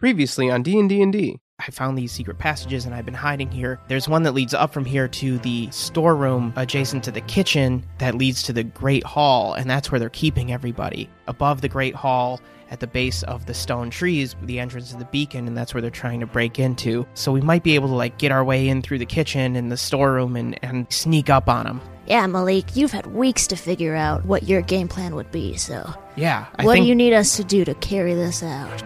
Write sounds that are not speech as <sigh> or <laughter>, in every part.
Previously on D&D and D. I found these secret passages and I've been hiding here. There's one that leads up from here to the storeroom adjacent to the kitchen that leads to the Great Hall, and that's where they're keeping everybody. Above the Great Hall, at the base of the stone trees, the entrance of the beacon, and that's where they're trying to break into. So we might be able to like get our way in through the kitchen and the storeroom and, and sneak up on them. Yeah, Malik, you've had weeks to figure out what your game plan would be, so Yeah. I what think do you need us to do to carry this out?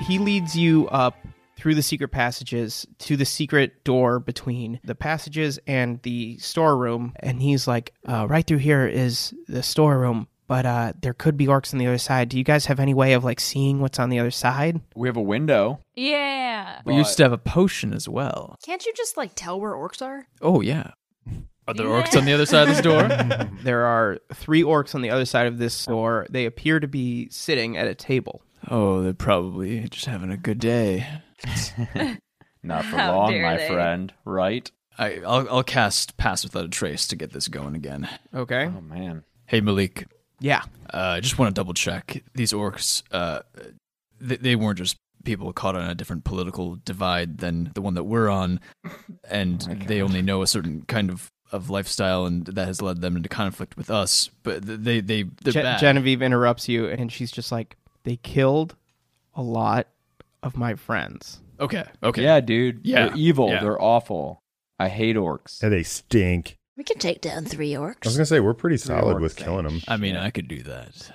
he leads you up through the secret passages to the secret door between the passages and the storeroom and he's like uh, right through here is the storeroom but uh, there could be orcs on the other side do you guys have any way of like seeing what's on the other side We have a window. Yeah. We used to have a potion as well. Can't you just like tell where orcs are? Oh yeah. Are there orcs on the other side of this <laughs> door? there are three orcs on the other side of this door they appear to be sitting at a table oh, they're probably just having a good day. Not for <laughs> How long, dare my they. friend. Right? I, I'll, I'll cast Pass Without a Trace to get this going again. okay Oh man. Hey Malik, yeah uh, I just want to double check these orcs. Uh, they, they weren't just people caught on a different political divide than the one that we're on, and they only know a certain kind of, of lifestyle, and that has led them into conflict with us. But th- they they they're Je- bad. Genevieve interrupts you and she's just like they killed a lot of my friends okay, okay, Yeah, dude. Yeah. They're evil. Yeah. They're awful. I hate orcs. Yeah, they stink. We can take down three orcs. I was gonna say we're pretty Three solid orcs, eh? with thanks. killing them. I mean, I could do that.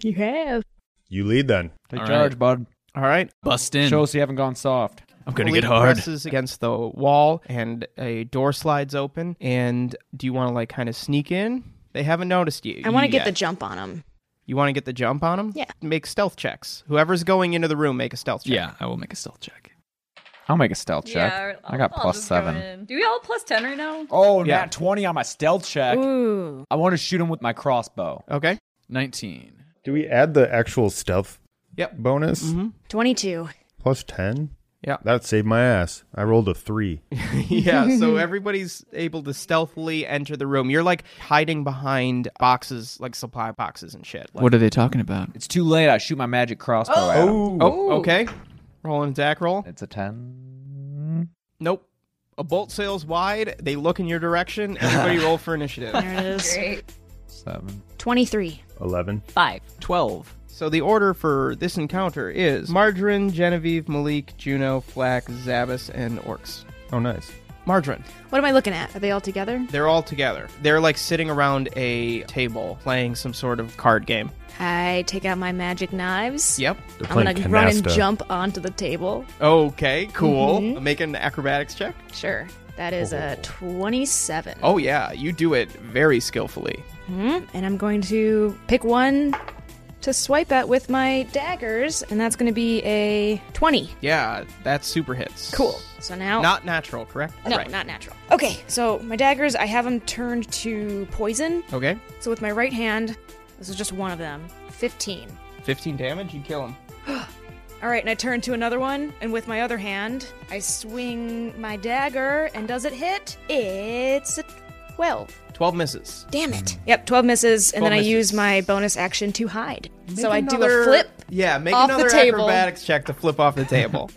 <laughs> you have. You lead then. Take All charge, right. bud. all right Bust in. Show us you haven't gone soft. I'm gonna Malik get hard. presses against the wall, and a door slides open. And do you want to like kind of sneak in? They haven't noticed you. I want to you get the yet. jump on them. You want to get the jump on them? Yeah. Make stealth checks. Whoever's going into the room, make a stealth check. Yeah, I will make a stealth check. I'll make a stealth check. I got plus seven. Do we all plus 10 right now? oh, Yeah. nat 20 on my stealth check. Ooh. I want to shoot him with my crossbow. <laughs> Okay. 19. Do we add the actual stealth Yep. bonus? Mm-hmm. hmm 22. Plus ten? Yeah. That saved my ass. I rolled a three. <laughs> yeah. <laughs> So everybody's able to stealthily enter the room. You're like hiding behind boxes, like supply boxes and shit. Like, What are they talking about? It's too late. I shoot my magic crossbow at him. Oh, okay. Roll an attack roll. It's a 10. Nope. A bolt sails wide. They look in your direction. <laughs> Everybody roll for initiative. There it is. Great. Seven. 23. Eleven. Five. 12. So the order for this encounter is Margarine, Genevieve, Malik, Juno, Flack, Zabas, and Orcs. Oh nice. Margarine. What am I looking at? Are they all together? They're all together. They're like sitting around a table playing some sort of card game. I take out my magic knives. Yep. They're I'm playing gonna run and canasta. jump onto the table. Okay, cool. Mm-hmm. Make an acrobatics check. Sure. That is a 27. Oh yeah, you do it very skillfully. Mhm. And I'm going to pick one to swipe at with my daggers, and that's going to be a 20. Yeah, that's super hits. Cool. So now. Not natural, correct? no, Right. not natural. Okay, so my daggers, I have them turned to poison. Okay. So with my right hand, this is just one of them. 15. 15 damage, you kill him. All right, and I turn to another one, and with my other hand, I swing my dagger, and does it hit? It's a 12. 12 misses. Damn it. Yep, 12 misses, and 12 then I Hmm. misses. use my bonus action to hide. so Make I do another- a flip. Yeah, make off the another table. acrobatics check to flip off the <laughs> table.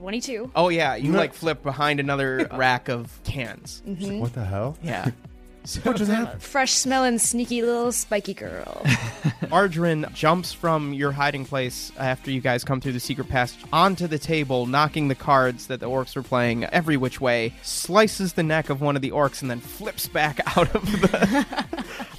22. Oh yeah, you like flip behind another rack of cans. What the hell? Yeah. What just happened? Fresh smelling, sneaky little spiky girl. Ardrin jumps from your hiding place after you guys come through the secret passage onto the table, knocking the cards that the orcs were playing every which way, slices the neck of one of the orcs and then flips back <laughs> out of the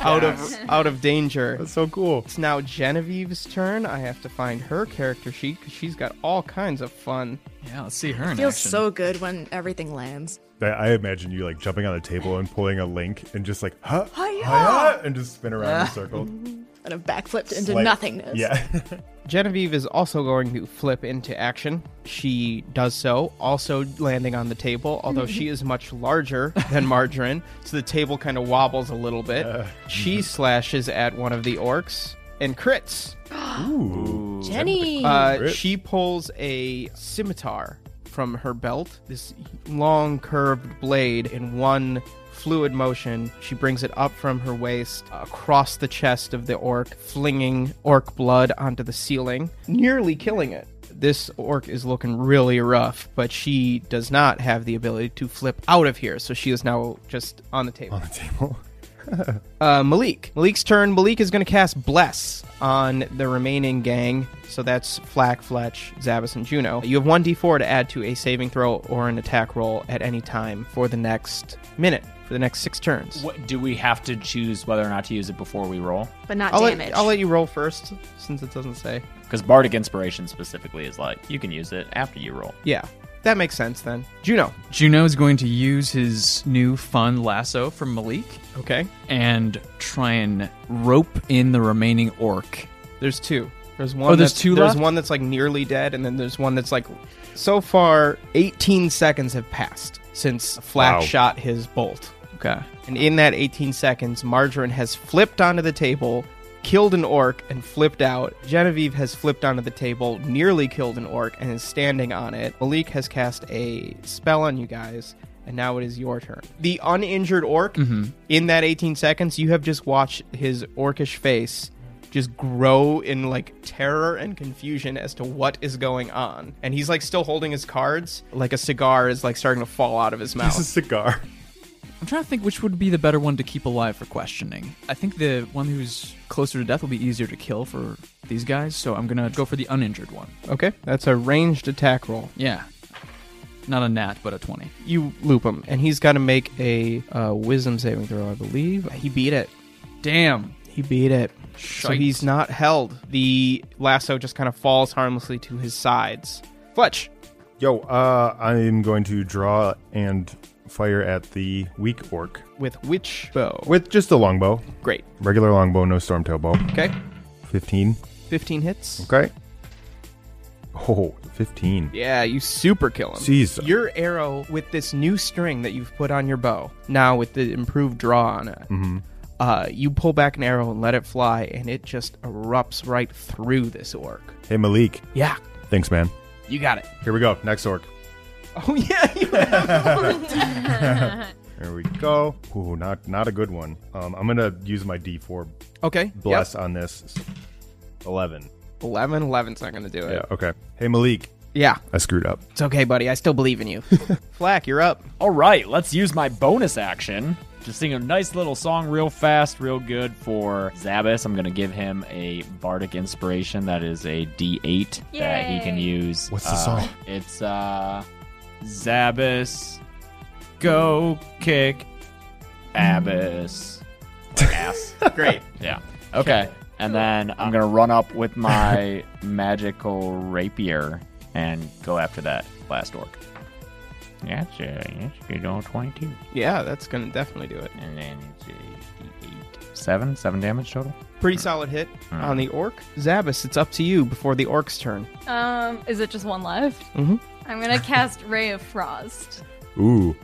out of out of danger. That's so cool. It's now Genevieve's turn. I have to find her character sheet because she's got all kinds of fun. Yeah, let's see her in Feels action. so good when everything lands. I, I imagine you like jumping on the table and pulling a link and just like huh, hi-ya! and just spin around in a circle. And I've backflipped into Like- Uh, <laughs> nothingness. Yeah. <laughs> Genevieve is also going to flip into action. She does so, also landing on the table, although she is much larger than Margarine, so the table kind of wobbles a little bit. She slashes at one of the orcs and crits. Ooh. Jenny. Uh, Crit. she pulls a scimitar from her belt, this long curved blade in one fluid motion. She brings it up from her waist across the chest of the orc, flinging orc blood onto the ceiling, nearly killing it. This orc is looking really rough, but she does not have the ability to flip out of here, so she is now just on the table. <laughs> On the table. Uh, Malik. Malik's turn. Malik is going to cast Bless on the remaining gang. So that's Flack, Fletch, Zavis, and Juno. You have 1d4 to add to a saving throw or an attack roll at any time for the next minute, for the next six turns. What, do we have to choose whether or not to use it before we roll? but not I'll damage. let, I'll let you roll first since it doesn't say. Because bardic inspiration specifically is like you can use it after you roll. Yeah, that makes sense then. Juno. Juno is going to use his new fun lasso from Malik Okay. and try and rope in the remaining orc. There's two. There's one. Oh, there's that's- two There's left? one that's like nearly dead, and then there's one that's like, so far, 18 seconds have passed since Flack Wow. shot his bolt. Okay. And in that 18 seconds, Margarine has flipped onto the table, killed an orc, and flipped out. Genevieve has flipped onto the table, nearly killed an orc, and is standing on it. Malik has cast a spell on you guys. And now it is your turn. The uninjured orc, in that 18 seconds, you have just watched his orcish face just grow in like terror and confusion as to what is going on. And he's like still holding his cards, like a cigar is like starting to fall out of his mouth. It's a cigar. I'm trying to think which would be the better one to keep alive for questioning. I think the one who's closer to death will be easier to kill for these guys, so I'm going to go for the uninjured one. Okay, that's a ranged attack roll. Yeah. Not a nat, but a 20. you loop him, and he's got to make a uh, wisdom saving throw, I believe. He beat it. Damn. He beat it. So Shite. he's not held. The lasso just kind of falls harmlessly to his sides. Fletch. Yo, uh, I'm going to draw and fire at the weak orc With which bow? with just a longbow, Great. regular longbow, no stormtail bow. Okay. 15. 15 hits. Okay. Oh, 15. Yeah, you super kill him. Jeez. Your arrow with this new string that you've put on your bow, now with the improved draw on it, Mm-hmm. uh, you pull back an arrow and let it fly, and it just erupts right through this orc. Hey, Malik. Yeah. Thanks, man. You got it. Here we go. Next orc. <laughs> Oh, yeah. you Here we go. Ooh, not not a good one. Um, I'm gonna use my D4 Okay. bless on this. Eleven. 11 11's not going to do it. Yeah. Okay. Hey, Malik. Yeah. I screwed up. It's okay, buddy. I still believe <laughs> in you. Flack, you're up. All right, let's use my bonus action to sing a nice little song real fast, real good for Zabas. I'm going to give him a bardic inspiration that is a d8 that he can Yay. use. What's the Uh, song? It's uh Zabas go kick Abbas. Like ass. Great. Yeah. Okay. And then I'm going to run up with my <laughs> magical rapier and go after that last orc. That's a, that's a good old 22. Yeah, that's going to definitely do it. And then it's a D8. Seven? Seven damage total? Pretty solid hit Mm. on the orc. Zabas, it's up to you before the orc's turn. Um, is it just one left? Mm-hmm. Mhm. I'm <laughs> gonna cast Ray of Frost. Uh, Ooh.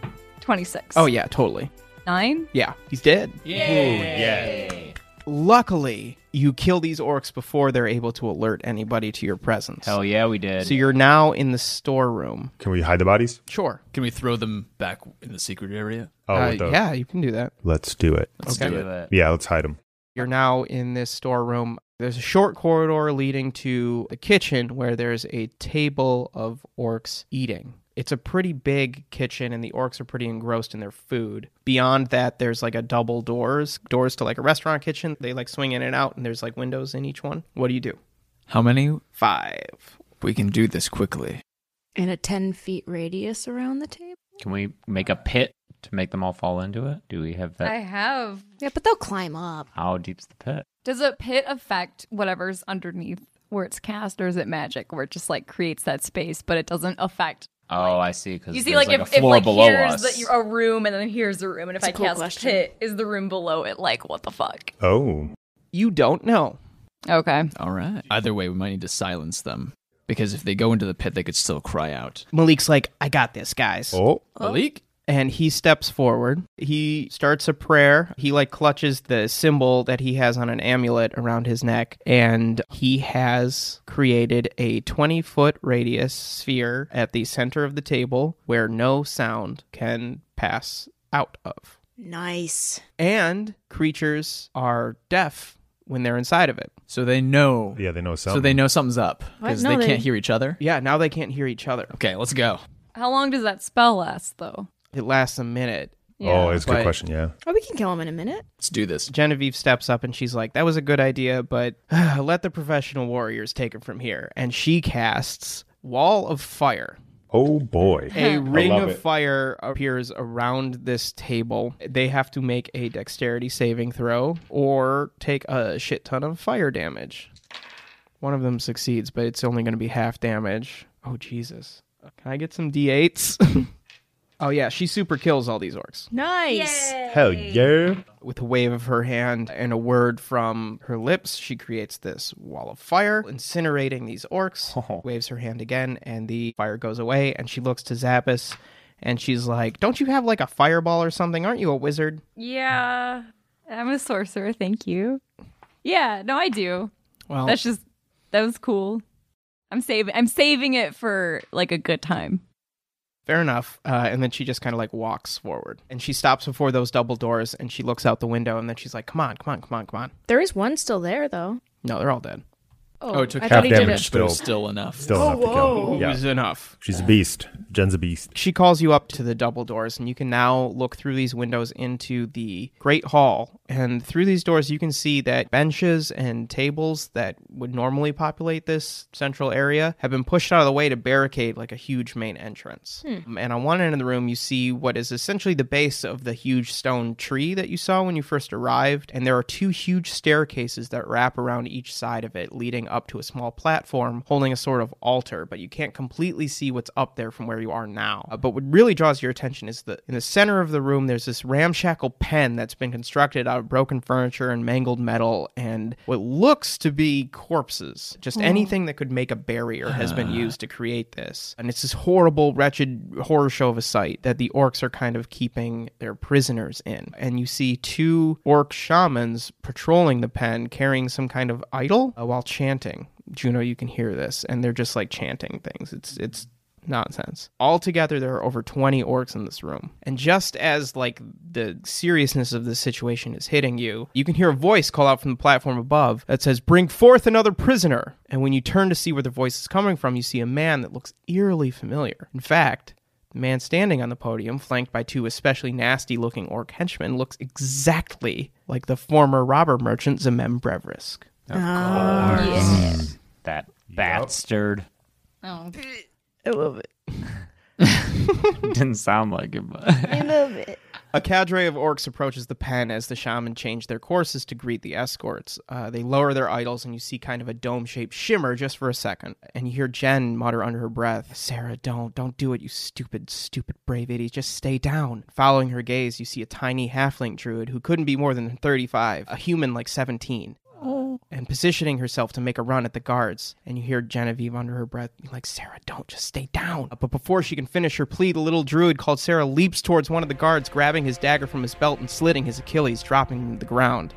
Twenty-six. Oh, yeah, totally. Nine. Yeah, he's dead. Yeah. Luckily, you kill these orcs before they're able to alert anybody to your presence. Hell yeah, we did. So you're now in the storeroom. Can we hide the bodies? Sure. Can we throw them back in the secret area? Oh, Uh, with the- yeah, you can do that. Let's do it. Let's Okay. Do do it. that. Yeah, let's hide them. You're now in this storeroom. There's a short corridor leading to the kitchen where there's a table of orcs eating. It's a pretty big kitchen and the orcs are pretty engrossed in their food. Beyond that there's like a double doors, doors to like a restaurant kitchen. They like swing in and out and there's like windows in each one. What do you do? How many? 5. We can do this quickly. And a 10 feet radius around the table? Can we make a pit to make them all fall into it? Do we have that? I have. Yeah, but they'll climb up. How deep's the pit? Does a pit affect whatever's underneath where it's cast, or is it magic where it just like creates that space, but it doesn't affect? Oh, I see. Because You see, like, a if, if floor like below here's us. the, a room and then here's a room, and if It's I a cool cast question. pit, is the room below it like what the fuck? Oh. You don't know. Okay. All right. Either way, we might need to silence them because if they go into the pit, they could still cry out. Malik's like, I got this, guys. Oh, Malik, And he steps forward. He starts a prayer. He like clutches the symbol that he has on an amulet around his neck. And he has created a 20 foot radius sphere at the center of the table where no sound can pass out of. Nice. And creatures are deaf when they're inside of it. so they know. yeah, they know So something. they know something's up What? because No, they they- can't hear each other. Yeah, now they can't hear each other. Okay, let's go. How long does that spell last, though? It lasts a minute. Oh, it's a good But- question. Yeah. Oh, we can kill him in a minute. Let's do this. Genevieve steps up and she's like, That was a good idea, but <sighs> let the professional warriors take it from here. And she casts Wall of Fire. Oh boy. A ring love of it. fire appears around this table. They have to make a dexterity saving throw or take a shit ton of fire damage. One of them succeeds, but it's only going to be half damage. Oh, Jesus. Can I get some d8s? <laughs> oh, yeah. She super kills all these orcs. Nice. Hell yeah. With a wave of her hand and a word from her lips, she creates this wall of fire, incinerating these orcs. Waves her hand again, and the fire goes away. And she looks to Zappis, and she's like, "Don't you have like a fireball or something? Aren't you a wizard?" Yeah. I'm a sorcerer. Thank you. Yeah. No, I do. Oh. Well, That's just that was cool. I'm saving. I'm saving it for like a good time. fair enough. Uh, and then she just kind of like walks forward, and she stops before those double doors, and she looks out the window, and then she's like, "Come on, come on, come on, come on." There is one still there, though. No, they're all dead. Oh, it took I half thought he did damage, it. but it was still enough. Still Oh, enough to kill. It Yeah. was enough. She's a beast. Jen's a beast. She calls you up to the double doors, and you can now look through these windows into the Great Hall. And through these doors, you can see that benches and tables that would normally populate this central area have been pushed out of the way to barricade like a huge main entrance. Um, And on one end of the room, you see what is essentially the base of the huge stone tree that you saw when you first arrived. And there are two huge staircases that wrap around each side of it, leading up to a small platform holding a sort of altar, but you can't completely see what's up there from where you are now. Uh, but what really draws your attention is the in the center of the room there's this ramshackle pen that's been constructed out of broken furniture and mangled metal and what looks to be corpses. Just anything that could make a barrier has been used to create this. And it's this horrible, wretched horror show of a sight that the orcs are kind of keeping their prisoners in. And you see two orc shamans patrolling the pen carrying some kind of idol uh, while chanting. Juno, you can hear this, and they're just like chanting things. It's it's nonsense. Altogether, there are over 20 orcs in this room. And just as like the seriousness of the situation is hitting you, you can hear a voice call out from the platform above that says, "Bring forth another prisoner." And when you turn to see where the voice is coming from, you see a man that looks eerily familiar. In fact, the man standing on the podium, flanked by two especially nasty looking orc henchmen, looks exactly like the former robber merchant Zemem Brevrisk. That bastard. <laughs> Oh, I love it. Didn't sound like it, but <laughs> A cadre of orcs approaches the pen as the shaman change their courses to greet the escorts. Uh, they lower their idols, and you see kind of a dome-shaped shimmer just for a second. And you hear Jen mutter under her breath, "Sarah, don't, don't do it, you stupid, stupid brave idiot. Just stay down." Following her gaze, you see a tiny halfling druid who couldn't be more than thirty-five, a human like seventeen and positioning herself to make a run at the guards. And you hear Genevieve under her breath, be like, Sarah, don't just stay down. Uh, But before she can finish her plea, the little druid called Sarah leaps towards one of the guards, grabbing his dagger from his belt and slitting his Achilles, dropping him to the ground.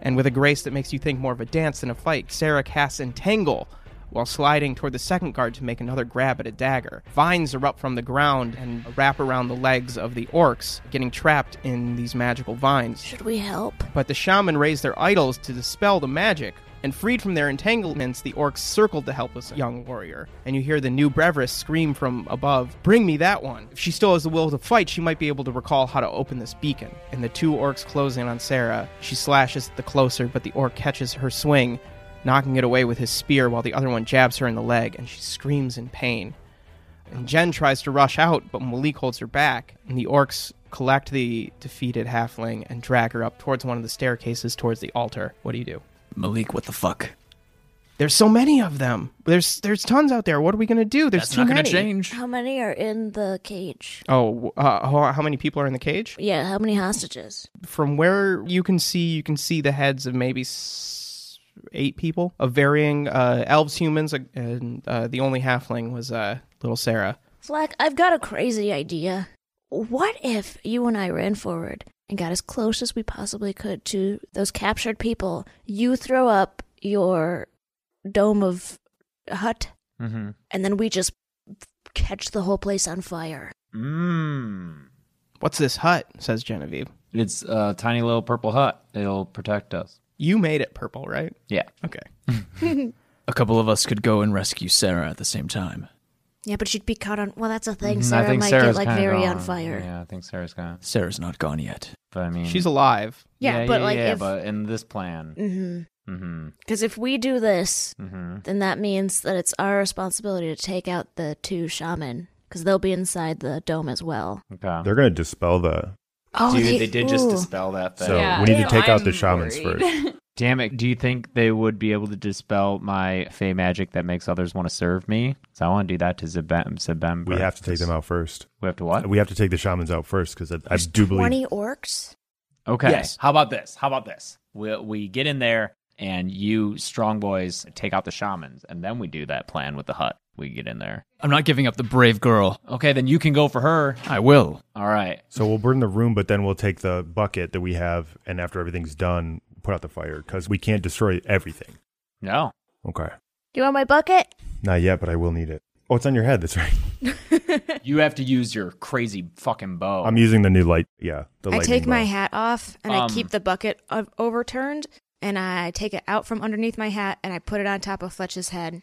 And with a grace that makes you think more of a dance than a fight, Sarah casts Entangle while sliding toward the second guard to make another grab at a dagger. Vines erupt from the ground and wrap around the legs of the orcs, getting trapped in these magical vines Should we help? but the shaman raised their idols to dispel the magic. And freed from their entanglements, the orcs circled the helpless young warrior. And you hear the new Brevis scream from above, Bring me that one! If she still has the will to fight, she might be able to recall how to open this beacon. And the two orcs close in on Sarah. She slashes at the closer, but the orc catches her swing, knocking it away with his spear while the other one jabs her in the leg, and she screams in pain. And Jen tries to rush out, but Malik holds her back, and the orcs collect the defeated halfling and drag her up towards one of the staircases towards the altar. What do you do? Malik, what the fuck? There's so many of them. There's there's tons out there. What are we gonna do? There's That's too not going to many. change. How many are in the cage? Oh, uh, how- how many people are in the cage? Yeah, how many hostages? From where you can see, you can see the heads of maybe s- eight people of varying uh, elves, humans, uh, and uh, the only halfling was uh, little Sarah. Flack, I've got a crazy idea. What if you and I ran forward and got as close as we possibly could to those captured people? You throw up your dome of hut, Mm-hmm. and then we just catch the whole place on fire. Mmm. What's this hut? says Genevieve. Mm. It's a tiny little purple hut. It'll protect us. You made it purple, right? Yeah. Okay. <laughs> A couple of us could go and rescue Sarah at the same time. Yeah, but you'd be caught on. Well, that's a Mm-hmm. thing. Mm, Sarah might get like kinda very on gone. fire. Yeah, I think Sarah's gone. Sarah's not gone yet. But I mean, She's alive. Yeah, but like yeah, if but in this plan, Mm-hmm. mm-hmm, Because if we do this, mm-hmm. then that means that it's our responsibility to take out the two shaman because they'll be inside the dome as well. Okay. They're going to dispel that. Oh, Dude, they, did just ooh. dispel that thing. So Yeah. we need Damn, to take out the I'm shamans worried. first. <laughs> Damn it! Do you think they would be able to dispel my fey magic that makes others want to serve me? So I want to do that to Zebem. Zebem. We have to take them out first. We have to what? We have to take the shamans out first because I, I do believe. Twenty orcs. Okay. Yes. How about this? How about this? We we get in there and you strong boys take out the shamans, and then we do that plan with the hut. We get in there. I'm not giving up the brave girl. Okay, then you can go for her. I will. All right. So we'll burn the room, but then we'll take the bucket that we have, and after everything's done, put out the fire because we can't destroy everything. No. Okay. You want my bucket? Not yet, but I will need it. Oh, it's on your head. That's right. You have to use your crazy fucking bow. I'm using the new light. Yeah. The I lightning take my bolt. hat off and Um, I keep the bucket of overturned and I take it out from underneath my hat and I put it on top of Fletch's head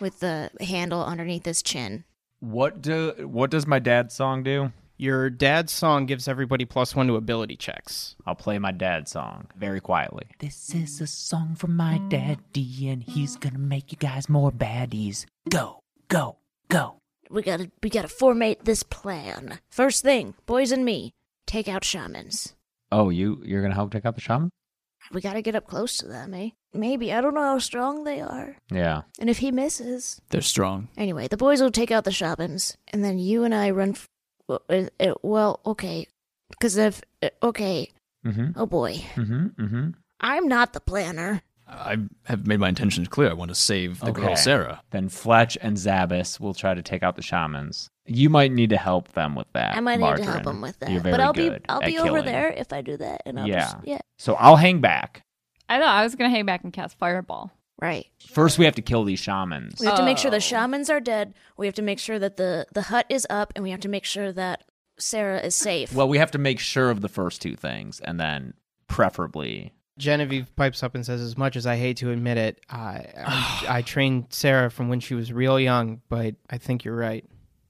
With the handle underneath his chin. what do what does my dad's song do? Your dad's song gives everybody plus one to ability checks. I'll play my dad's song very quietly. This is a song from my daddy, and he's gonna make you guys more baddies. Go, go, go. We gotta, we gotta formate this plan. First thing, boys and me, take out shamans. Oh, you you're gonna help take out the shaman? We gotta get up close to them, eh? Maybe I don't know how strong they are, Yeah. and if he misses. They're strong. Anyway, the boys will take out the shamans, and then you and I run. F- well, it, it- well, okay, because if uh, okay, Mm-hmm. oh boy, Mm-hmm. Mm-hmm. I'm not the planner. I have made my intentions clear. I want to save the Okay. girl Sarah. Then Fletch and Zabas will try to take out the shamans. You might need to help them with that. I might need to help Margarine. them with that, Uh, You're very but I'll good be I'll at be over killing. there if I do that, and I'll Yeah. just yeah, So I'll hang back. I thought I was gonna hang back and cast fireball. right. First, we have to kill these shamans. We have to make sure Oh. the shamans are dead. We have to make sure that the the hut is up, and we have to make sure that Sarah is safe. Well, we have to make sure of the first two things, and then preferably, Genevieve pipes up and says, As much as I hate to admit it, I, <sighs> I, I trained Sarah from when she was real young, but I think you're right.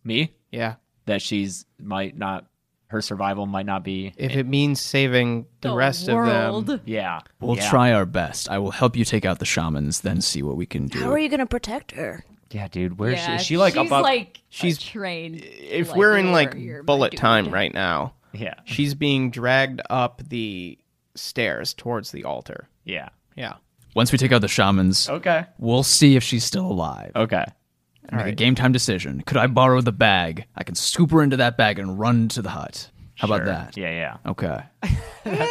me Yeah. that she's might not her survival might not be. If it means saving the, rest of them. Yeah, We'll yeah. try our best. I will help you take out the shamans, then see what we can do. how are you going to protect her? Yeah, dude, where's Yeah, she? Is she like eh, she's up, up? like She's- she's trained. If we're in like warrior, my bullet dude. time right now, yeah, she's being dragged up the stairs towards the altar. yeah. Yeah. Once we take out the shamans, Okay, we'll see if she's still alive. okay. Make a game time decision. Could I borrow the bag? I can scoop her into that bag and run to the hut. How Sure. about that? Yeah, yeah. Okay.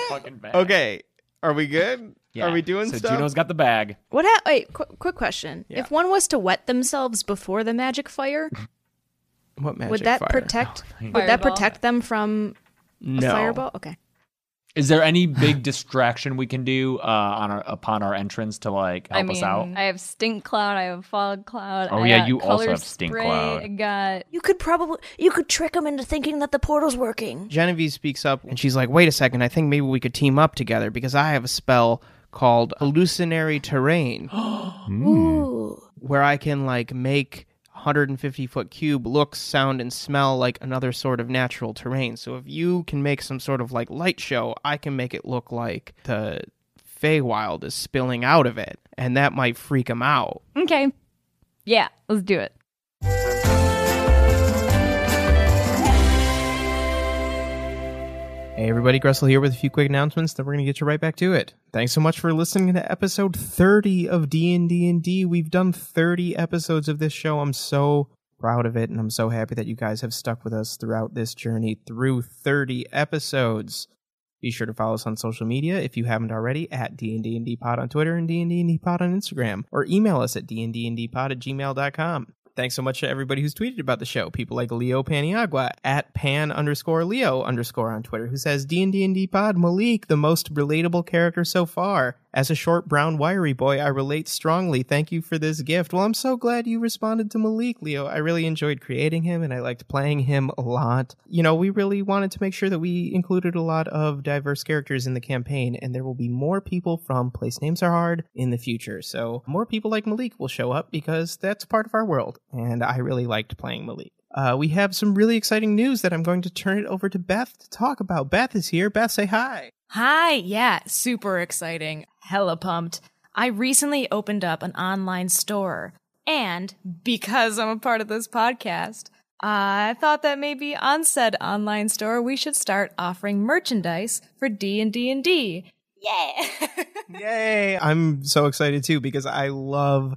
Fucking bag. Okay. Are we good? Are we doing so stuff? Juno's got the bag. What? Ha- wait, qu- quick question. If one was to wet themselves before the magic fire, what magic would that fire? protect? would that Fireball. protect them from no. a fireball? Okay. Is there any big distraction we can do uh, on our, upon our entrance to like help I mean, us out? I have stink cloud. I have fog cloud. Oh, I yeah, got you also color have stink spray, cloud. I got You could probably you could trick them into thinking that the portal's working. Genevieve speaks up and she's like, wait a second, I think maybe we could team up together because I have a spell called Hallucinary Terrain Mm. Ooh. where I can like make 150 foot cube look, sound, and smell like another sort of natural terrain. So if you can make some sort of like light show, I can make it look like the Feywild is spilling out of it. And that might freak them out. okay. Yeah, let's do it. Hey everybody, Gressel here with a few quick announcements. Then we're gonna get you right back to it. Thanks so much for listening to episode 30 of D and D and D. We've done 30 episodes of this show. I'm so proud of it, and I'm so happy that you guys have stuck with us throughout this journey through 30 episodes. Be sure to follow us on social media if you haven't already at DNDNDpod on Twitter and DNDNDpod on Instagram, or email us at DNDNDpod at gmail.com. Thanks so much to everybody who's tweeted about the show. People like Leo Paniagua at pan underscore Leo underscore on Twitter, who says D&D pod Malik, the most relatable character so far. As a short brown wiry boy, I relate strongly. Thank you for this gift. Well, I'm so glad you responded to Malik, Leo. I really enjoyed creating him and I liked playing him a lot. You know, we really wanted to make sure that we included a lot of diverse characters in the campaign, and there will be more people from Place Names Are Hard in the future. So, more people like Malik will show up because that's part of our world, and I really liked playing Malik. Uh, we have some really exciting news that I'm going to turn it over to Beth to talk about. Beth is here. Beth, say hi. Hi, yeah, super exciting. Hella pumped. I recently opened up an online store. And because I'm a part of this podcast, I thought that maybe on said online store we should start offering merchandise for D and D and D. Yeah. Yay! I'm so excited too because I love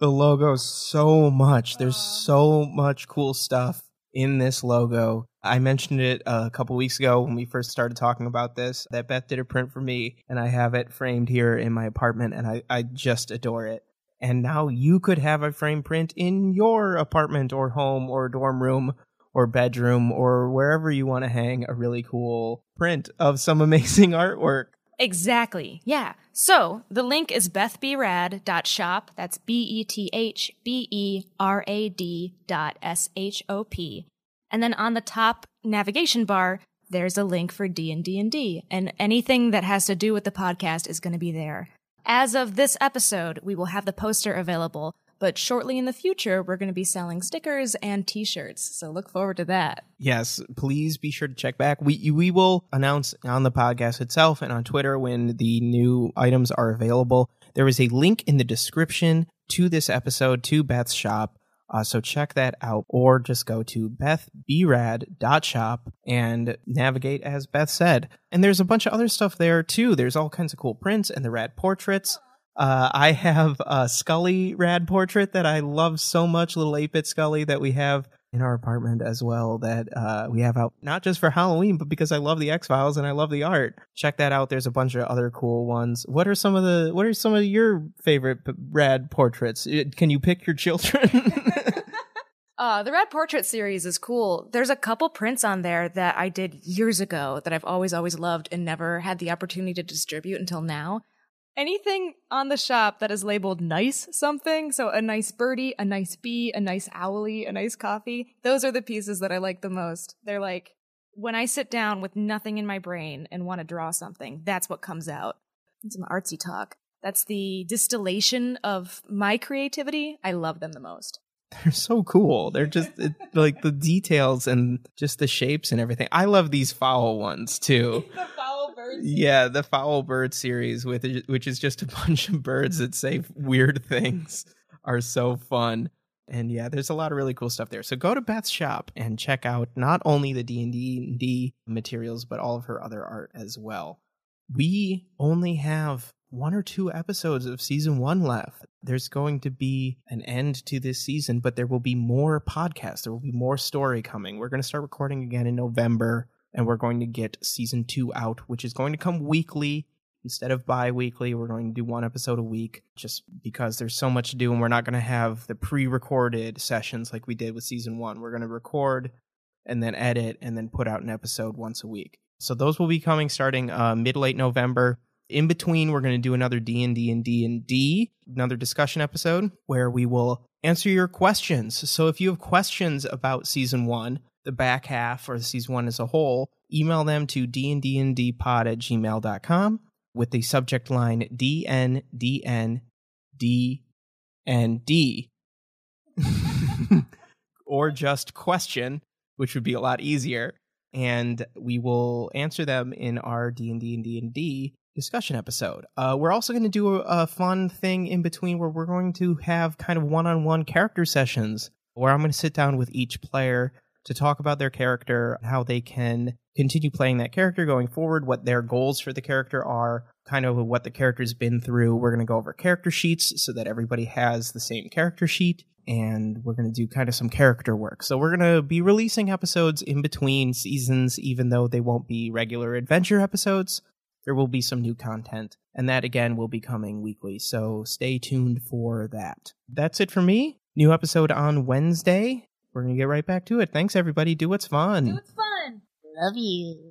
the logo so much. There's so much cool stuff in this logo. I mentioned it a couple weeks ago when we first started talking about this that Beth did a print for me and I have it framed here in my apartment and I, I just adore it. And now you could have a frame print in your apartment or home or dorm room or bedroom or wherever you want to hang a really cool print of some <laughs> amazing artwork. Exactly. Yeah. So the link is bethbrad.shop. That's B E T H B E R A D dot S H O P. And then on the top navigation bar, there's a link for D and D and D, and anything that has to do with the podcast is going to be there. As of this episode, we will have the poster available, but shortly in the future, we're going to be selling stickers and T-shirts. So look forward to that. Yes, please be sure to check back. We we will announce on the podcast itself and on Twitter when the new items are available. There is a link in the description to this episode to Beth's shop. Uh, so check that out or just go to bethbrad.shop and navigate as Beth said. And there's a bunch of other stuff there too. There's all kinds of cool prints and the rad portraits. Uh, I have a Scully rad portrait that I love so much, little 8 bit Scully that we have in our apartment as well that uh, we have out not just for Halloween, but because I love the X Files and I love the art. Check that out. There's a bunch of other cool ones. What are some of the What are some of your favorite p- rad portraits? Uh, Can you pick your children? <laughs> Uh, the Red Portrait series is cool. There's a couple prints on there that I did years ago that I've always, always loved and never had the opportunity to distribute until now. Anything on the shop that is labeled nice something, so a nice birdie, a nice bee, a nice owlie, a nice coffee, those are the pieces that I like the most. They're like, when I sit down with nothing in my brain and want to draw something, that's what comes out. Some artsy talk. That's the distillation of my creativity. I love them the most. They're so cool. They're just it, like the details and just the shapes and everything. I love these fowl ones too. The foul birds. Yeah, the foul bird series with which is just a <laughs> bunch of birds that say weird things are so fun. And yeah, there's a lot of really cool stuff there. So go to Beth's shop and check out not only the D&D D materials but all of her other art as well. We only have one or two episodes of season 1 left. There's going to be an end to this season, but there will be more podcasts. There will be more story coming. We're going to start recording again in November and we're going to get season 2 out, which is going to come weekly instead of bi-weekly we're going to do one episode a week just because there's so much to do and we're not going to have the pre-recorded sessions like we did with season one we're going to record and then edit and then put out an episode once a week so those will be coming starting uh, mid late november in between we're going to do another d&d and d&d another discussion episode where we will answer your questions so if you have questions about season one the back half or the season one as a whole email them to dndndpod at gmail.com with the subject line dndndnd <laughs> or just question which would be a lot easier and we will answer them in our d&d and d&d discussion episode uh, we're also going to do a, a fun thing in between where we're going to have kind of one-on-one character sessions where i'm going to sit down with each player to talk about their character, how they can continue playing that character going forward, what their goals for the character are, kind of what the character's been through. We're going to go over character sheets so that everybody has the same character sheet. And we're going to do kind of some character work. So, we're going to be releasing episodes in between seasons, even though they won't be regular adventure episodes. There will be some new content. And that, again, will be coming weekly. So, stay tuned for that. That's it for me. New episode on Wednesday. We're going to get right back to it. Thanks, everybody. Do what's fun. fun. Love you.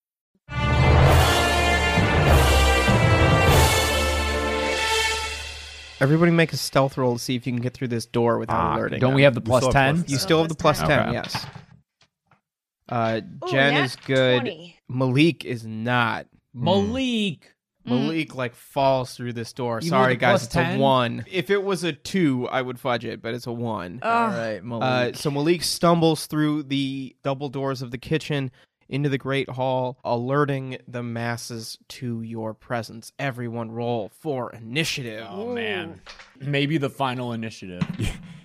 Everybody make a stealth roll to see if you can get through this door without Ah, alerting. don't we them. have the plus You still have 10? You still have the plus Okay. 10, yes. Uh, Ooh, Jen nat is good. 20. Malik is not. Hmm. Mm. Malik. Malik like falls through this door. You Sorry rolled a guys, plus it's 10? a one. If it was a two, I would fudge it, but it's a one. Ugh. All right, Malik. Uh, so Malik stumbles through the double doors of the kitchen into the great hall, alerting the masses to your presence. Everyone, roll for initiative. Oh man, maybe the final initiative.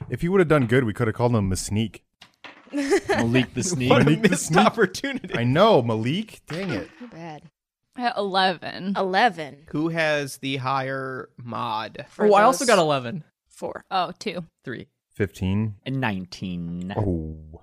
If you would have done good, we could have called him Masneak. Malik the Sneak. What a missed opportunity. I know, Malik. Dang it. Too bad. Eleven. Eleven. Who has the higher mod? For Oh, I also those- got 11. Four. Oh, two. Three. 15. And 19. Oh.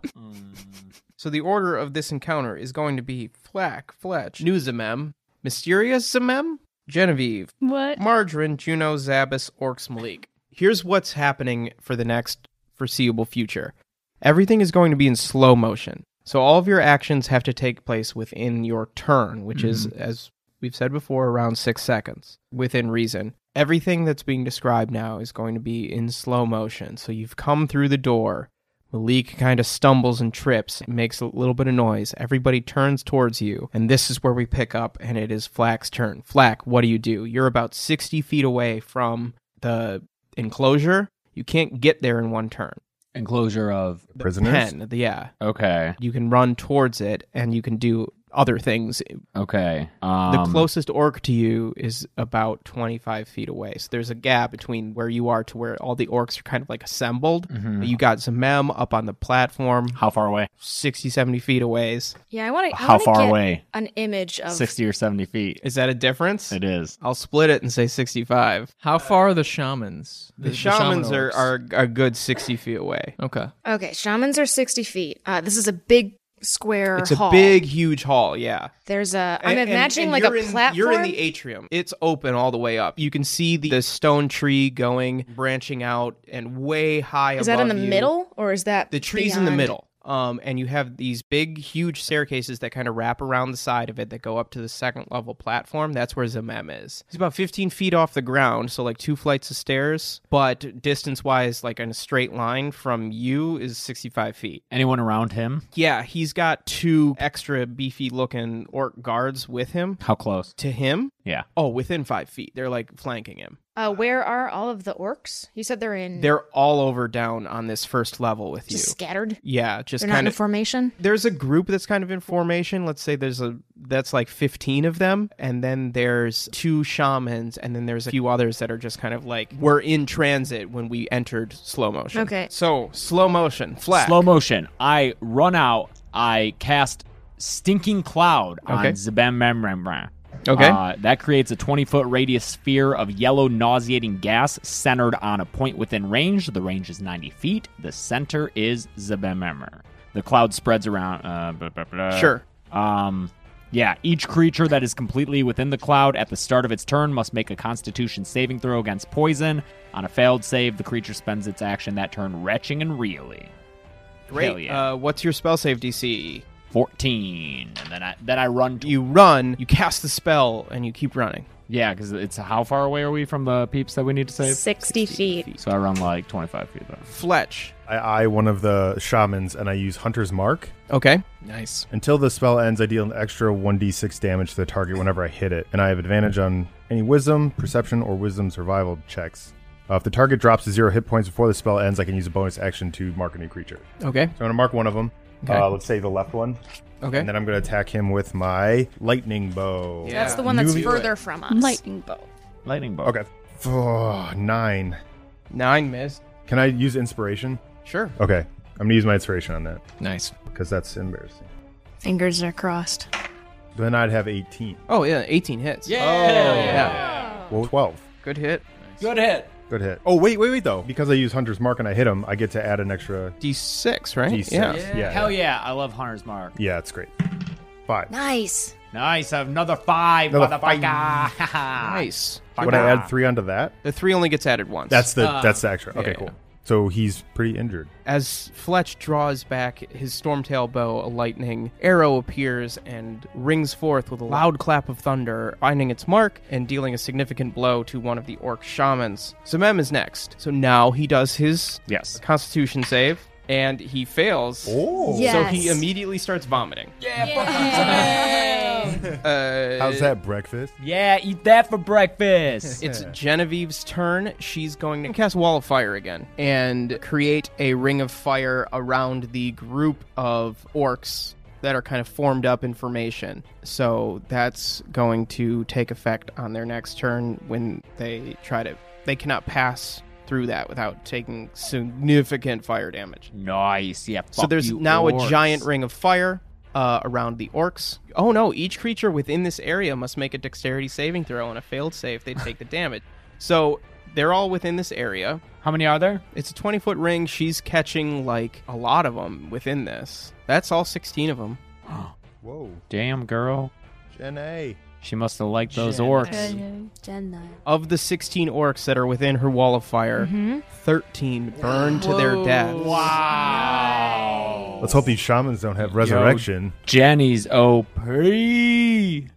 So the order of this encounter is going to be Flack, Fletch, New Zamem, Mysterious Zamem, Genevieve, What? Margarine, Juno, Zabas, Orcs, Malik. Here's what's happening for the next foreseeable future. Everything is going to be in slow motion. So all of your actions have to take place within your turn, which is, Mhm. as we've said before, around six seconds within reason. Everything that's being described now is going to be in slow motion. So you've come through the door. Malik kind of stumbles and trips, makes a little bit of noise. Everybody turns towards you, and this is where we pick up, and it is Flack's turn. Flack, what do you do? You're about 60 feet away from the enclosure. You can't get there in one turn. Enclosure of The prisoners? Pen, the- yeah. Okay. You can run towards it, and you can do other things. Okay. the um, closest orc to you is about 25 feet away. So there's a gap between where you are to where all the orcs are kind of like assembled. Mhm. You got Zamem up on the platform. How far away? 60, 70 feet away. Yeah, I want Ah. to. How far get away? An image of 60 or 70 feet. Is that a difference? It is. I'll split it and say 65. Uh, How far are the shamans? The, shamans are, are a good 60 feet away. Okay. Okay, shamans are sixty feet. Uh, this is a big square It's hall. a big, huge hall, yeah. There's a. I'm And- and- imagining and like you're a in- platform. You're in the atrium. It's open all the way up. You can see the, the stone tree going, branching out, and way high is that in the above you. middle or is that The tree's in the beyond? middle. Um, and you have these big, huge staircases that kind of wrap around the side of it that go up to the second level platform. That's where Zamem is. He's about 15 feet off the ground, so like two flights of stairs, but distance wise, like in a straight line from you is 65 feet. Anyone around him? Yeah, he's got two extra beefy looking orc guards with him. How close? To him? Yeah. Oh, within five feet. They're like flanking him. Uh, where are all of the orcs? You said they're in. Mm. They're all over down on this first level with just you. scattered. Yeah, just they're not kind in a of formation. there's a group that's kind of in formation. Let's say there's a that's like 15 of them, and then there's two shamans, and then there's a few others that are just kind of like we're in transit when we entered slow motion. Okay. So slow motion, flat. Slow motion. I run out. I cast Stinking Cloud Okay. on Zabem Memrembra. Okay. Uh, that creates a 20 foot radius sphere of yellow, nauseating gas centered on a point within range. The range is 90 feet. The center is Zabememr. The cloud spreads around. Uh, blah, blah, blah. Sure. Um, yeah, each creature that is completely within the cloud at the start of its turn must make a constitution saving throw against poison. On a failed save, the creature spends its action that turn retching and reeling. Hell Great. yeah. Uh, what's your spell save DC? 14. And then I then I run. You run. You cast the spell, and you keep running. Yeah, because it's how far away are we from the peeps that we need to save? 60 feet. So I run like 25 feet though. Fletch. I eye one of the shamans and I use Hunter's Mark. Okay. Nice. Until the spell ends, I deal an extra 1d6 damage to the target whenever I hit it, and I have advantage on any wisdom, perception, or wisdom survival checks. Uh, if the target drops to zero hit points before the spell ends, I can use a bonus action to mark a new creature. Okay. So I'm going to mark one of them. Okay. Uh, let's say the left one. Okay. And then I'm going to attack him with my lightning bow. That's the one that's Newly- further from us. Lightning bolt. Lightning bolt. Okay. Oh, nine. Nine miss. Can I use inspiration? Sure. Okay. I'm going to use my inspiration on that. Nice. Because that's embarrassing. Fingers are crossed. Then I'd have 18. Oh yeah, 18 hits. Yeah. Oh, yeah. Well, 12. Good hit. Good hit. Good hit. Oh, wait, wait, wait, though. Because I use Hunter's Mark and I hit him, I get to add an extra D6, right? D6. Oh, Yeah. Yeah. Yeah. Hell yeah, I love Hunter's Mark. Yeah, it's great. Five. Nice. Nice, another five, Another motherfucker. nice. Would I add three onto that? The three only gets added once. That's the Ah. that's the extra. Yeah, Okay, yeah. cool. So he's pretty injured. As Fletch draws back his stormtail bow, a lightning arrow appears and rings forth with a loud clap of thunder, finding its mark and dealing a significant blow to one of the orc shamans. Zamem is next. So now he does his yes. constitution save, and he fails. Oh. So Yes. he immediately starts vomiting. Uh, How's that breakfast? <laughs> Yeah, eat that for breakfast. It's Genevieve's turn. She's going to cast Wall of Fire again and create a ring of fire around the group of orcs that are kind of formed up in formation. So that's going to take effect on their next turn when they try to. They cannot pass through that without taking significant fire damage. Nice. Yeah. So fuck there's you, now a orcs. giant ring of fire uh, around the orcs. Oh no! Each creature within this area must make a dexterity saving throw, and a failed save, they take the damage. So they're all within this area. <laughs> How many are there? It's a 20 foot ring. She's catching like a lot of them within this. That's all 16 of them. Whoa. Damn girl. Gen A. She must have liked those orcs. Of the 16 orcs that are within her wall of fire, Mm-hmm. Mhm. 13 burn to their death. Ah. Wow. Let's hope these shamans don't have resurrection. Jenny's OP.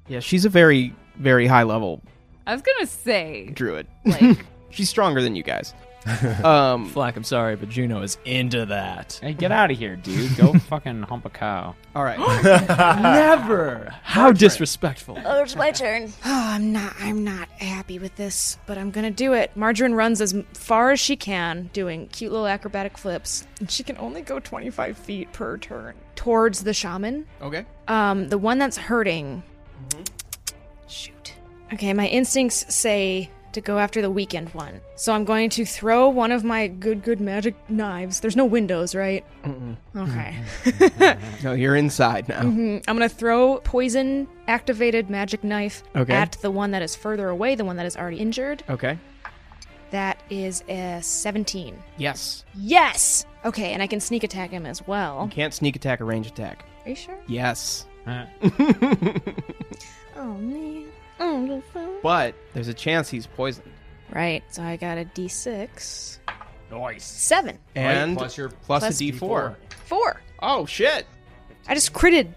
Yeah, she's a very, very high level I was gonna say druid. <laughs> she's stronger than you guys. um, Flack, I'm sorry, but Juno is into that. Hey, get out of here, <laughs> dude. Go fucking hump a cow. All <gasps> right. Never. How disrespectful. Oh, it's my turn. Oh, <sighs> I'm not. I'm not happy with this, but I'm gonna do it. Margarine runs as far as she can, doing cute little acrobatic flips. She can only go 25 feet per turn towards the shaman. Okay. Mm-hmm. Um, the one that's hurting. Shoot. Okay, my instincts say to go after the weakened one, so I'm going to throw one of my good, good magic knives. There's no windows, right? Mm-mm. Okay. <laughs> No, you're inside now. Mhm. I'm gonna throw poison activated magic knife Okay. at the one that is further away, the one that is already injured. Okay. That is a 17. Yes. Yes. Okay, and I can sneak attack him as well. You can't sneak attack or range attack. Are you sure? Yes. Uh, Oh man. Oh, the fuck. but there's a chance he's poisoned. Right. So I got a d6. Nice. Seven. And plus your- plus plus a d4. Four. Oh shit. I just critted.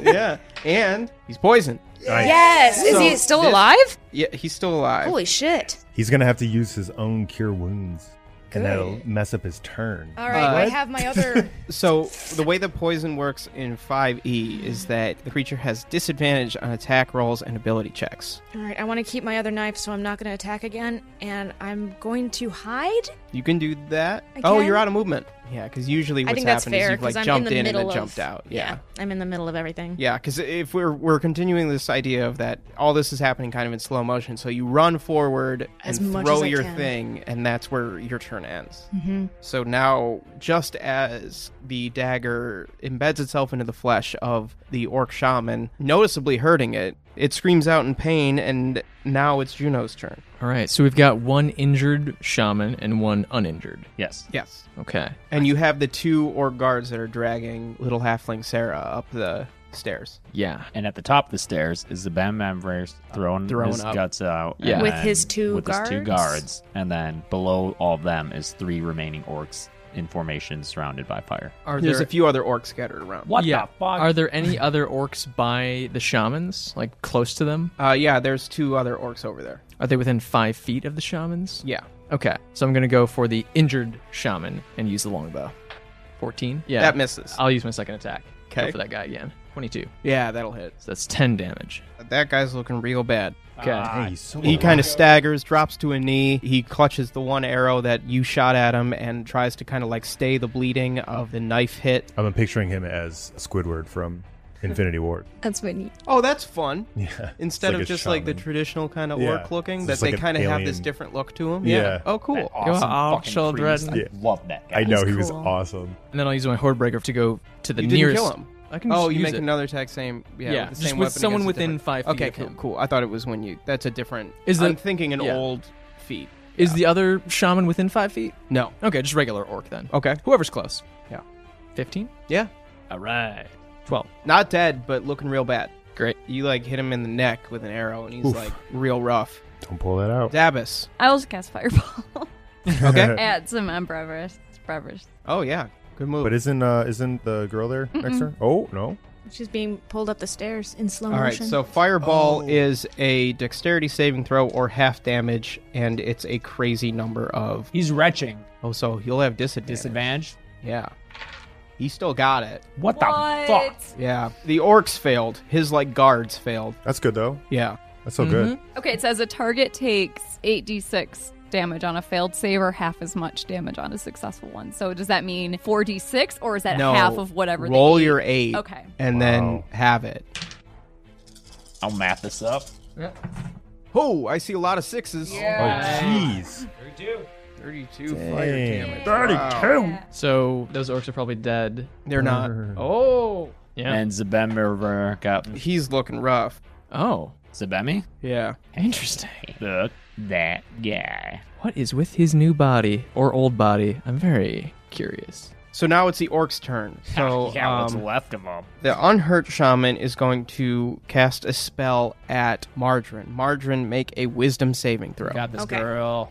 <laughs> yeah. And he's poisoned. Yes. Is he still this- alive? Yeah, he's still alive. Holy shit. He's gonna have to use his own cure wounds, Good. and that'll mess up his turn. All right. I But- have <laughs> my other. So the way the poison works in 5e is that the creature has disadvantage on attack rolls and ability checks. All right. I want to keep my other knife, so I'm not going to attack again, and I'm going to hide. You can do that. I Oh, can? you're out of movement. Yeah, because usually I what's think that's happened is fair you've like 'cause I'm in jumped the in and middle then of- jumped out. Yeah. I'm in the middle of everything. Yeah, because if we're we're continuing this idea of that all this is happening kind of in slow motion, so you run forward As and much throw as I your can. thing, and that's where your turn ends. Mhm. So now, just as the dagger embeds itself into the flesh of the orc shaman, noticeably hurting it, it screams out in pain, and now it's Juno's turn. All right, so we've got one injured shaman and one uninjured. Yes. Yes. Okay. And you have the two orc guards that are dragging little halfling Sarah up the stairs. Yeah. And at the top of the stairs is the band members throwing Throwing his up. guts out. Yeah. and With then- his two with his two guards? guards. And then below all of them is three remaining orcs in formation surrounded by fire. Are There's there- a few other orcs scattered around. yeah. Are there any other orcs by the shamans, like close to them? Uh, yeah, there's two other orcs over there. Are they within five feet of the shamans? Yeah. Okay, so I'm gonna go for the injured shaman and use the longbow. 14. Yeah, That misses. I'll use my second attack. Go Okay. for that guy again. 22. Uh, Yeah, that'll hit. So that's 10 damage. That guy's looking real bad. Okay. Ah, Hey, he's so he alive. kind of staggers, drops to a knee. He clutches the one arrow that you shot at him and tries to kind of like stay the bleeding of the knife hit. I'm picturing him as Squidward from Infinity War. That's what you. Oh, that's fun. <laughs> Yeah. Instead It's like of a just like the shaman. traditional kind of Yeah. orc looking, It's that just they like an kind of have this alien. different look to them. Yeah. Oh, cool. Go out, fucking children. priest. Yeah. I know he was awesome. And then I'll use my horde breaker to go to the you nearest. Didn't kill him. I can. just oh, you use make it. another attack. Same. Yeah. Yeah, With the just same with weapon someone against a within different- five feet Okay. of cool. him. Cool. I thought it was when you. That's a different. Is the- I'm thinking an yeah. old feat. Is the other shaman within five feet? No. Okay, just regular orc then. Okay. Whoever's close. Yeah. 15? Yeah. All right. 12. Not dead, but looking real bad. Great. You like hit him in the neck with an arrow, and he's Oof. like real rough. Don't pull that out. Dabus. I will just cast fireball. <laughs> Okay. At some Umbraverous. Umbraverous. Oh yeah. Good move. But isn't uh isn't the girl there next to her? Mm-mm. Oh no. She's being pulled up the stairs in slow All right. motion. So fireball is a dexterity saving throw or half damage, and it's a crazy number of. He's retching. Oh, so he'll have disadvantage. Disadvantage. Yeah. He still got it. What the What? fuck? Yeah. The orcs failed. His like guards failed. That's good though. Yeah. That's so Mm-hmm. good. Okay, it says a target takes 8d6 damage on a failed save or half as much damage on a successful one. So does that mean 4d6 or is that No, half of whatever? the Roll your eight. Okay. And then have it. I'll map this up. Oh, I see a lot of sixes. Yeah. Oh, jeez. 32. 32 fire Dang. damage. 32. Wow. So those orcs are probably dead. They're not. Oh. Yeah. And Zabemiver got. He's looking rough. oh. Zabemi? Yeah. Interesting. Look, that guy. What is with his new body or old body? I'm very curious. So now it's the orc's turn. So Ah, <laughs> yeah, what's um, left of him? The unhurt shaman is going to cast a spell at Margarine. Margarine, make a wisdom saving throw. Got this Okay. girl.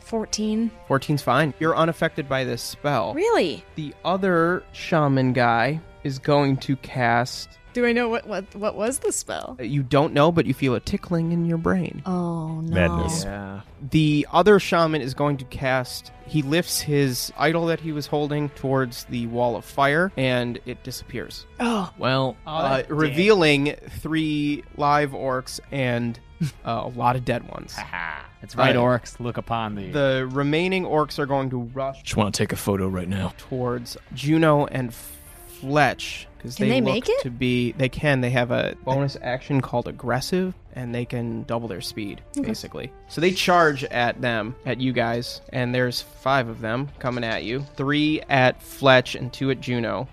14. 14's fine. You're unaffected by this spell. Really? The other shaman guy is going to cast. Do I know what what what was the spell? You don't know, but you feel a tickling in your brain. Oh no. Madness. Yeah. The other shaman is going to cast. He lifts his idol that he was holding towards the wall of fire, and it disappears, Oh. Well, uh, revealing three live orcs and uh, a lot of dead ones. Haha. It's right, Uh, orcs. Look upon thee. The remaining orcs are going to rush Just want to take a photo right now. towards Juno and Fletch because Can they, they look make it? to be they can they have a bonus action called aggressive and they can double their speed basically. So they charge at them at you guys and there's 5 of them coming at you. 3 at Fletch and 2 at Juno.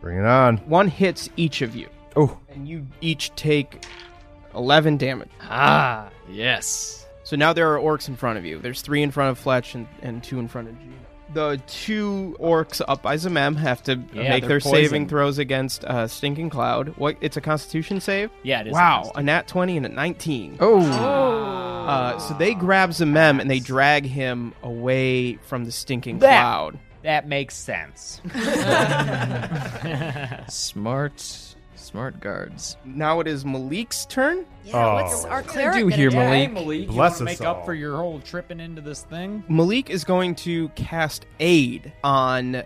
Bring it on. One hits each of you Oh. and you each take 11 damage. Ah, yes. So now there are orcs in front of you. There's three in front of Fletch and, and two in front of Gino. The two orcs up by Zamem have to Yeah, make they're their saving poisoned. throws against uh, Stinking Cloud. What? It's a Constitution save. yeah, it is. Wow, a nat twenty and a nineteen. Oh. Uh, so they grab Zamem and they drag him away from the Stinking That- Cloud. That makes sense. Smart, smart guards. Now it is Malik's turn. Yeah, Oh. what's our What cleric do here, gonna Hey, Malik? Malik, you Bless want us to make up all. for your whole tripping into this thing? Malik is going to cast aid on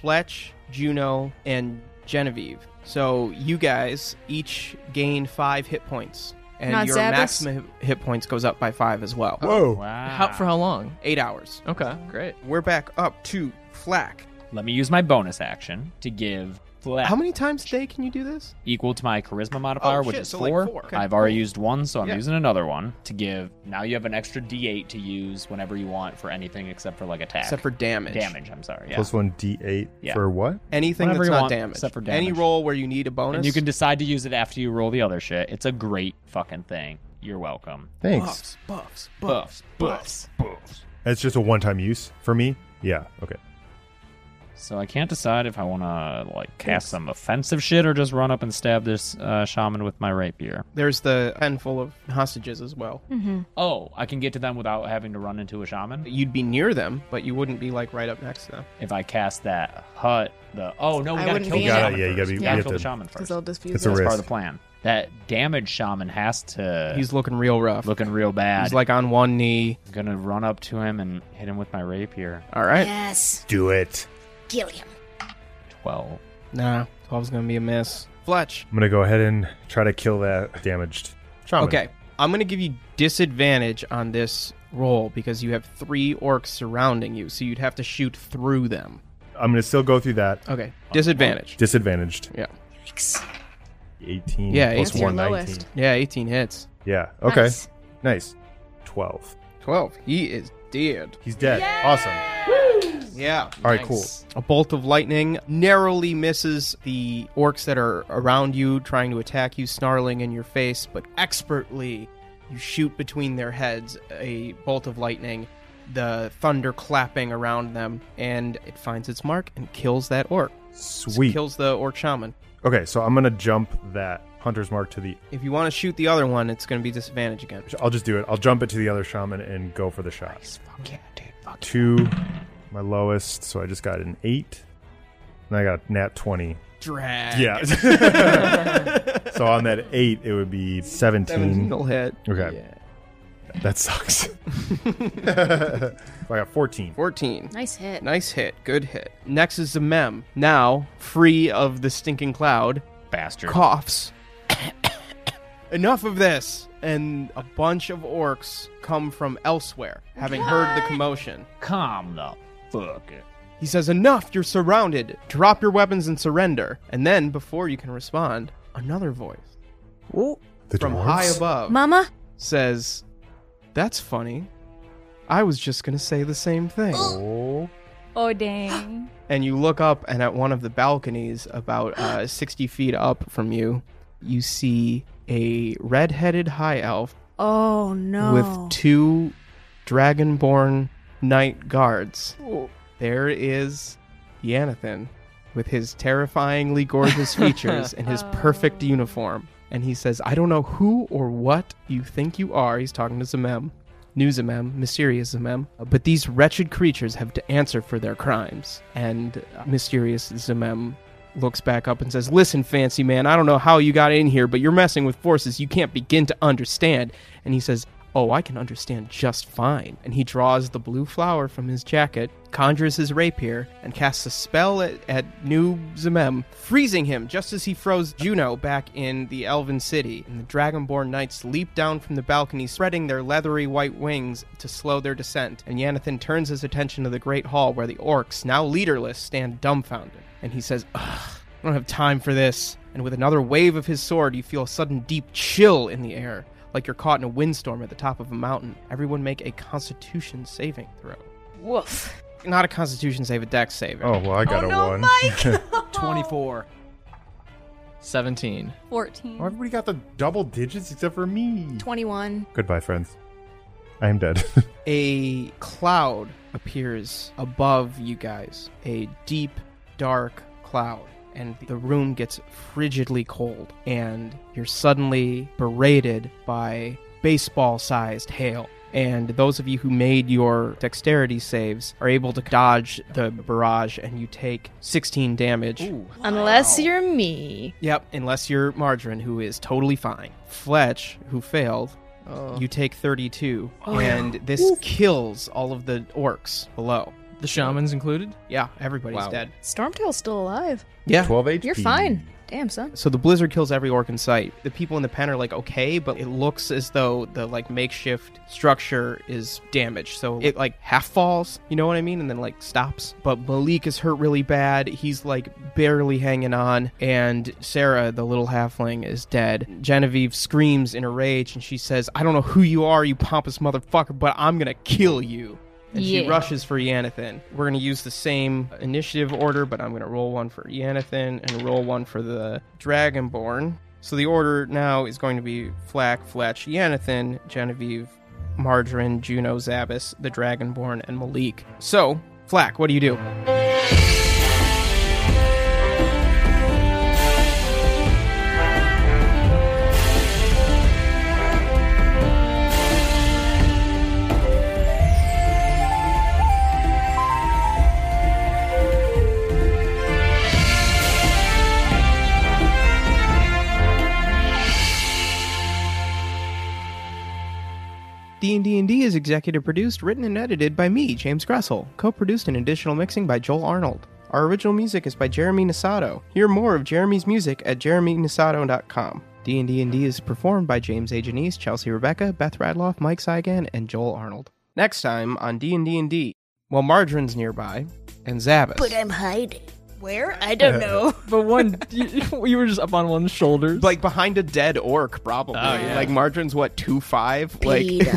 Fletch, Juno, and Genevieve. So you guys each gain five hit points, and Not your Zabas? maximum hi- hit points goes up by five as well. Whoa. Wow. How for how long? Eight hours. Okay, great. We're back up to Flack. Let me use my bonus action to give flat How many times a day can you do this? equal to my charisma modifier, Oh, which shit, is so, like, four. four. Okay, I've cool. already used one, so I'm Yeah. using another one to give. Now you have an extra D8 to use whenever you want for anything except for like attack, Except for damage. damage. I'm sorry. Yeah. Plus one D eight Yeah. for what? Anything Whatever that's you not want, damage. except for Any damage. roll where you need a bonus. And you can decide to use it after you roll the other shit. It's a great fucking thing. You're welcome. Thanks. buffs, Buffs, buffs, buffs. That's just a one time use for me? Yeah, okay. So I can't decide if I want to like cast some offensive shit or just run up and stab this uh, shaman with my rapier. There's the handful of hostages as well. Hmm. Oh, I can get to them without having to run into a shaman You'd be near them, but you wouldn't be like right up next to them. if I cast that hut. The oh no, we I gotta wouldn't kill be the in shaman. it. first. You gotta- yeah, you gotta be- We you gotta have kill to- the shaman first. Because I'll diffuse It's it. a That's risk. part of the plan. That damage shaman has to. He's looking real rough. Looking real bad. He's like on one knee. I'm gonna run up to him and hit him with my rapier. All right. Yes. Do it. Kill him. Twelve. Nah, 12's going to be a miss. Fletch. I'm gonna go ahead and try to kill that damaged shaman. Okay. I'm going to give you disadvantage on this roll because you have three orcs surrounding you, so you'd have to shoot through them. I'm gonna still go through that. Okay. Disadvantage. Disadvantaged. Yeah. Yikes. 18. Yeah, plus 18. one, That's your 19. lowest. Yeah, 18 hits. Yeah. Okay. Nice. Nice. 12. 12. He is dead. He's dead. Awesome. Yeah. All right, cool. A bolt of lightning narrowly misses the orcs that are around you, trying to attack you, snarling in your face, but expertly you shoot between their heads a bolt of lightning, the thunder clapping around them, and it finds its mark and kills that orc. Sweet. kills the orc shaman. Okay, so I'm gonna jump that hunter's mark to the. If you want to shoot the other one, it's going to be disadvantage again. I'll just do it. I'll jump it to the other shaman and go for the shot. Two, my lowest. So I just got an eight, and I got a nat twenty. Drag. Yeah. <laughs> so on that eight, it would be Seventeen seventeen. will hit. Okay. <laughs> That sucks. So I got fourteen. 14. Nice hit. Nice hit. Good hit. Next is the mem. Now, free of the stinking cloud, bastard coughs. <coughs> Enough of this. And a bunch of orcs come from elsewhere, having heard the commotion. Calm the fuck. He says, Enough, you're surrounded. Drop your weapons and surrender. And then, before you can respond, another voice from high above Mama? says, That's funny. I was just going to say the same thing. Oh, <gasps> dang. and you look up and at one of the balconies <gasps> about uh, 60 feet up from you you see a red-headed high elf Oh no. with two dragonborn knight guards Oh. there is Yanathan with his <laughs> terrifyingly gorgeous features and his Oh. perfect uniform and he says i don't know who or what you think you are he's talking to zamem new zamem mysterious zamem but these wretched creatures have to answer for their crimes and uh, mysterious zamem looks back up and says listen fancy man i don't know how you got in here but you're messing with forces you can't begin to understand and he says Oh, I can understand just fine. And he draws the blue flower from his jacket, conjures his rapier, and casts a spell at, at New Zemem, freezing him just as he froze Juno back in the Elven City. And the Dragonborn Knights leap down from the balcony, spreading their leathery white wings to slow their descent. And Yanathan turns his attention to the Great Hall, where the orcs, now leaderless, stand dumbfounded. And he says, Ugh. I don't have time for this. And with another wave of his sword, you feel a sudden deep chill in the air, like you're caught in a windstorm at the top of a mountain. Everyone make a constitution saving throw. Woof. Not a constitution save, a dex save. Oh, well, I got a one. <laughs> 24. 17. 14. Oh, Everybody got the double digits except for me. 21. Goodbye, friends. I am dead. <laughs> a cloud appears above you guys a deep dark cloud and the room gets frigidly cold and you're suddenly berated by baseball sized hail and those of you who made your dexterity saves are able to dodge the barrage and you take 16 damage Unless you're me. Yep, unless you're Margarine, who is totally fine. Fletch, who failed, you take 32, Oh. and this kills all of the orcs below. The shamans included? Yeah, everybody's Wow. dead. Stormtail's still alive. Yeah. 12 HP. You're fine. Damn, son. So the blizzard kills every orc in sight. The people in the pen are like okay, but it looks as though the like makeshift structure is damaged. So it like half falls, you know what I mean, and then like stops. But Malik is hurt really bad. He's like barely hanging on, and Sarah, the little halfling, is dead. Genevieve screams in a rage and she says, "I don't know who you are, you pompous motherfucker, but I'm gonna kill you." And she Yeah. rushes for Yanathan. We're going to use the same initiative order, but I'm going to roll one for Yanathan and roll one for the Dragonborn. So the order now is going to be Flack, Fletch, Yanathan, Genevieve, Margarine, Juno, Zabas, the Dragonborn, and Malik. So, Flack, what do you do? D&D and D is executive produced, written and edited by me, James Gressel. Co-produced and additional mixing by Joel Arnold. Our original music is by Jeremy Nisato. Hear more of Jeremy's music at jeremynisato.com. D&D and D is performed by James A. Janice, Chelsea Rebecca, Beth Radloff, Mike Saigan, and Joel Arnold. Next time on D&D and D, well, Margarine's nearby, and Zabbis. But I'm hiding. Where? I <laughs> <laughs> don't know. but one, you, you were just up on one's shoulders, like behind a dead orc, probably. Oh, yeah. Like Margarine's what two five? Like Peter.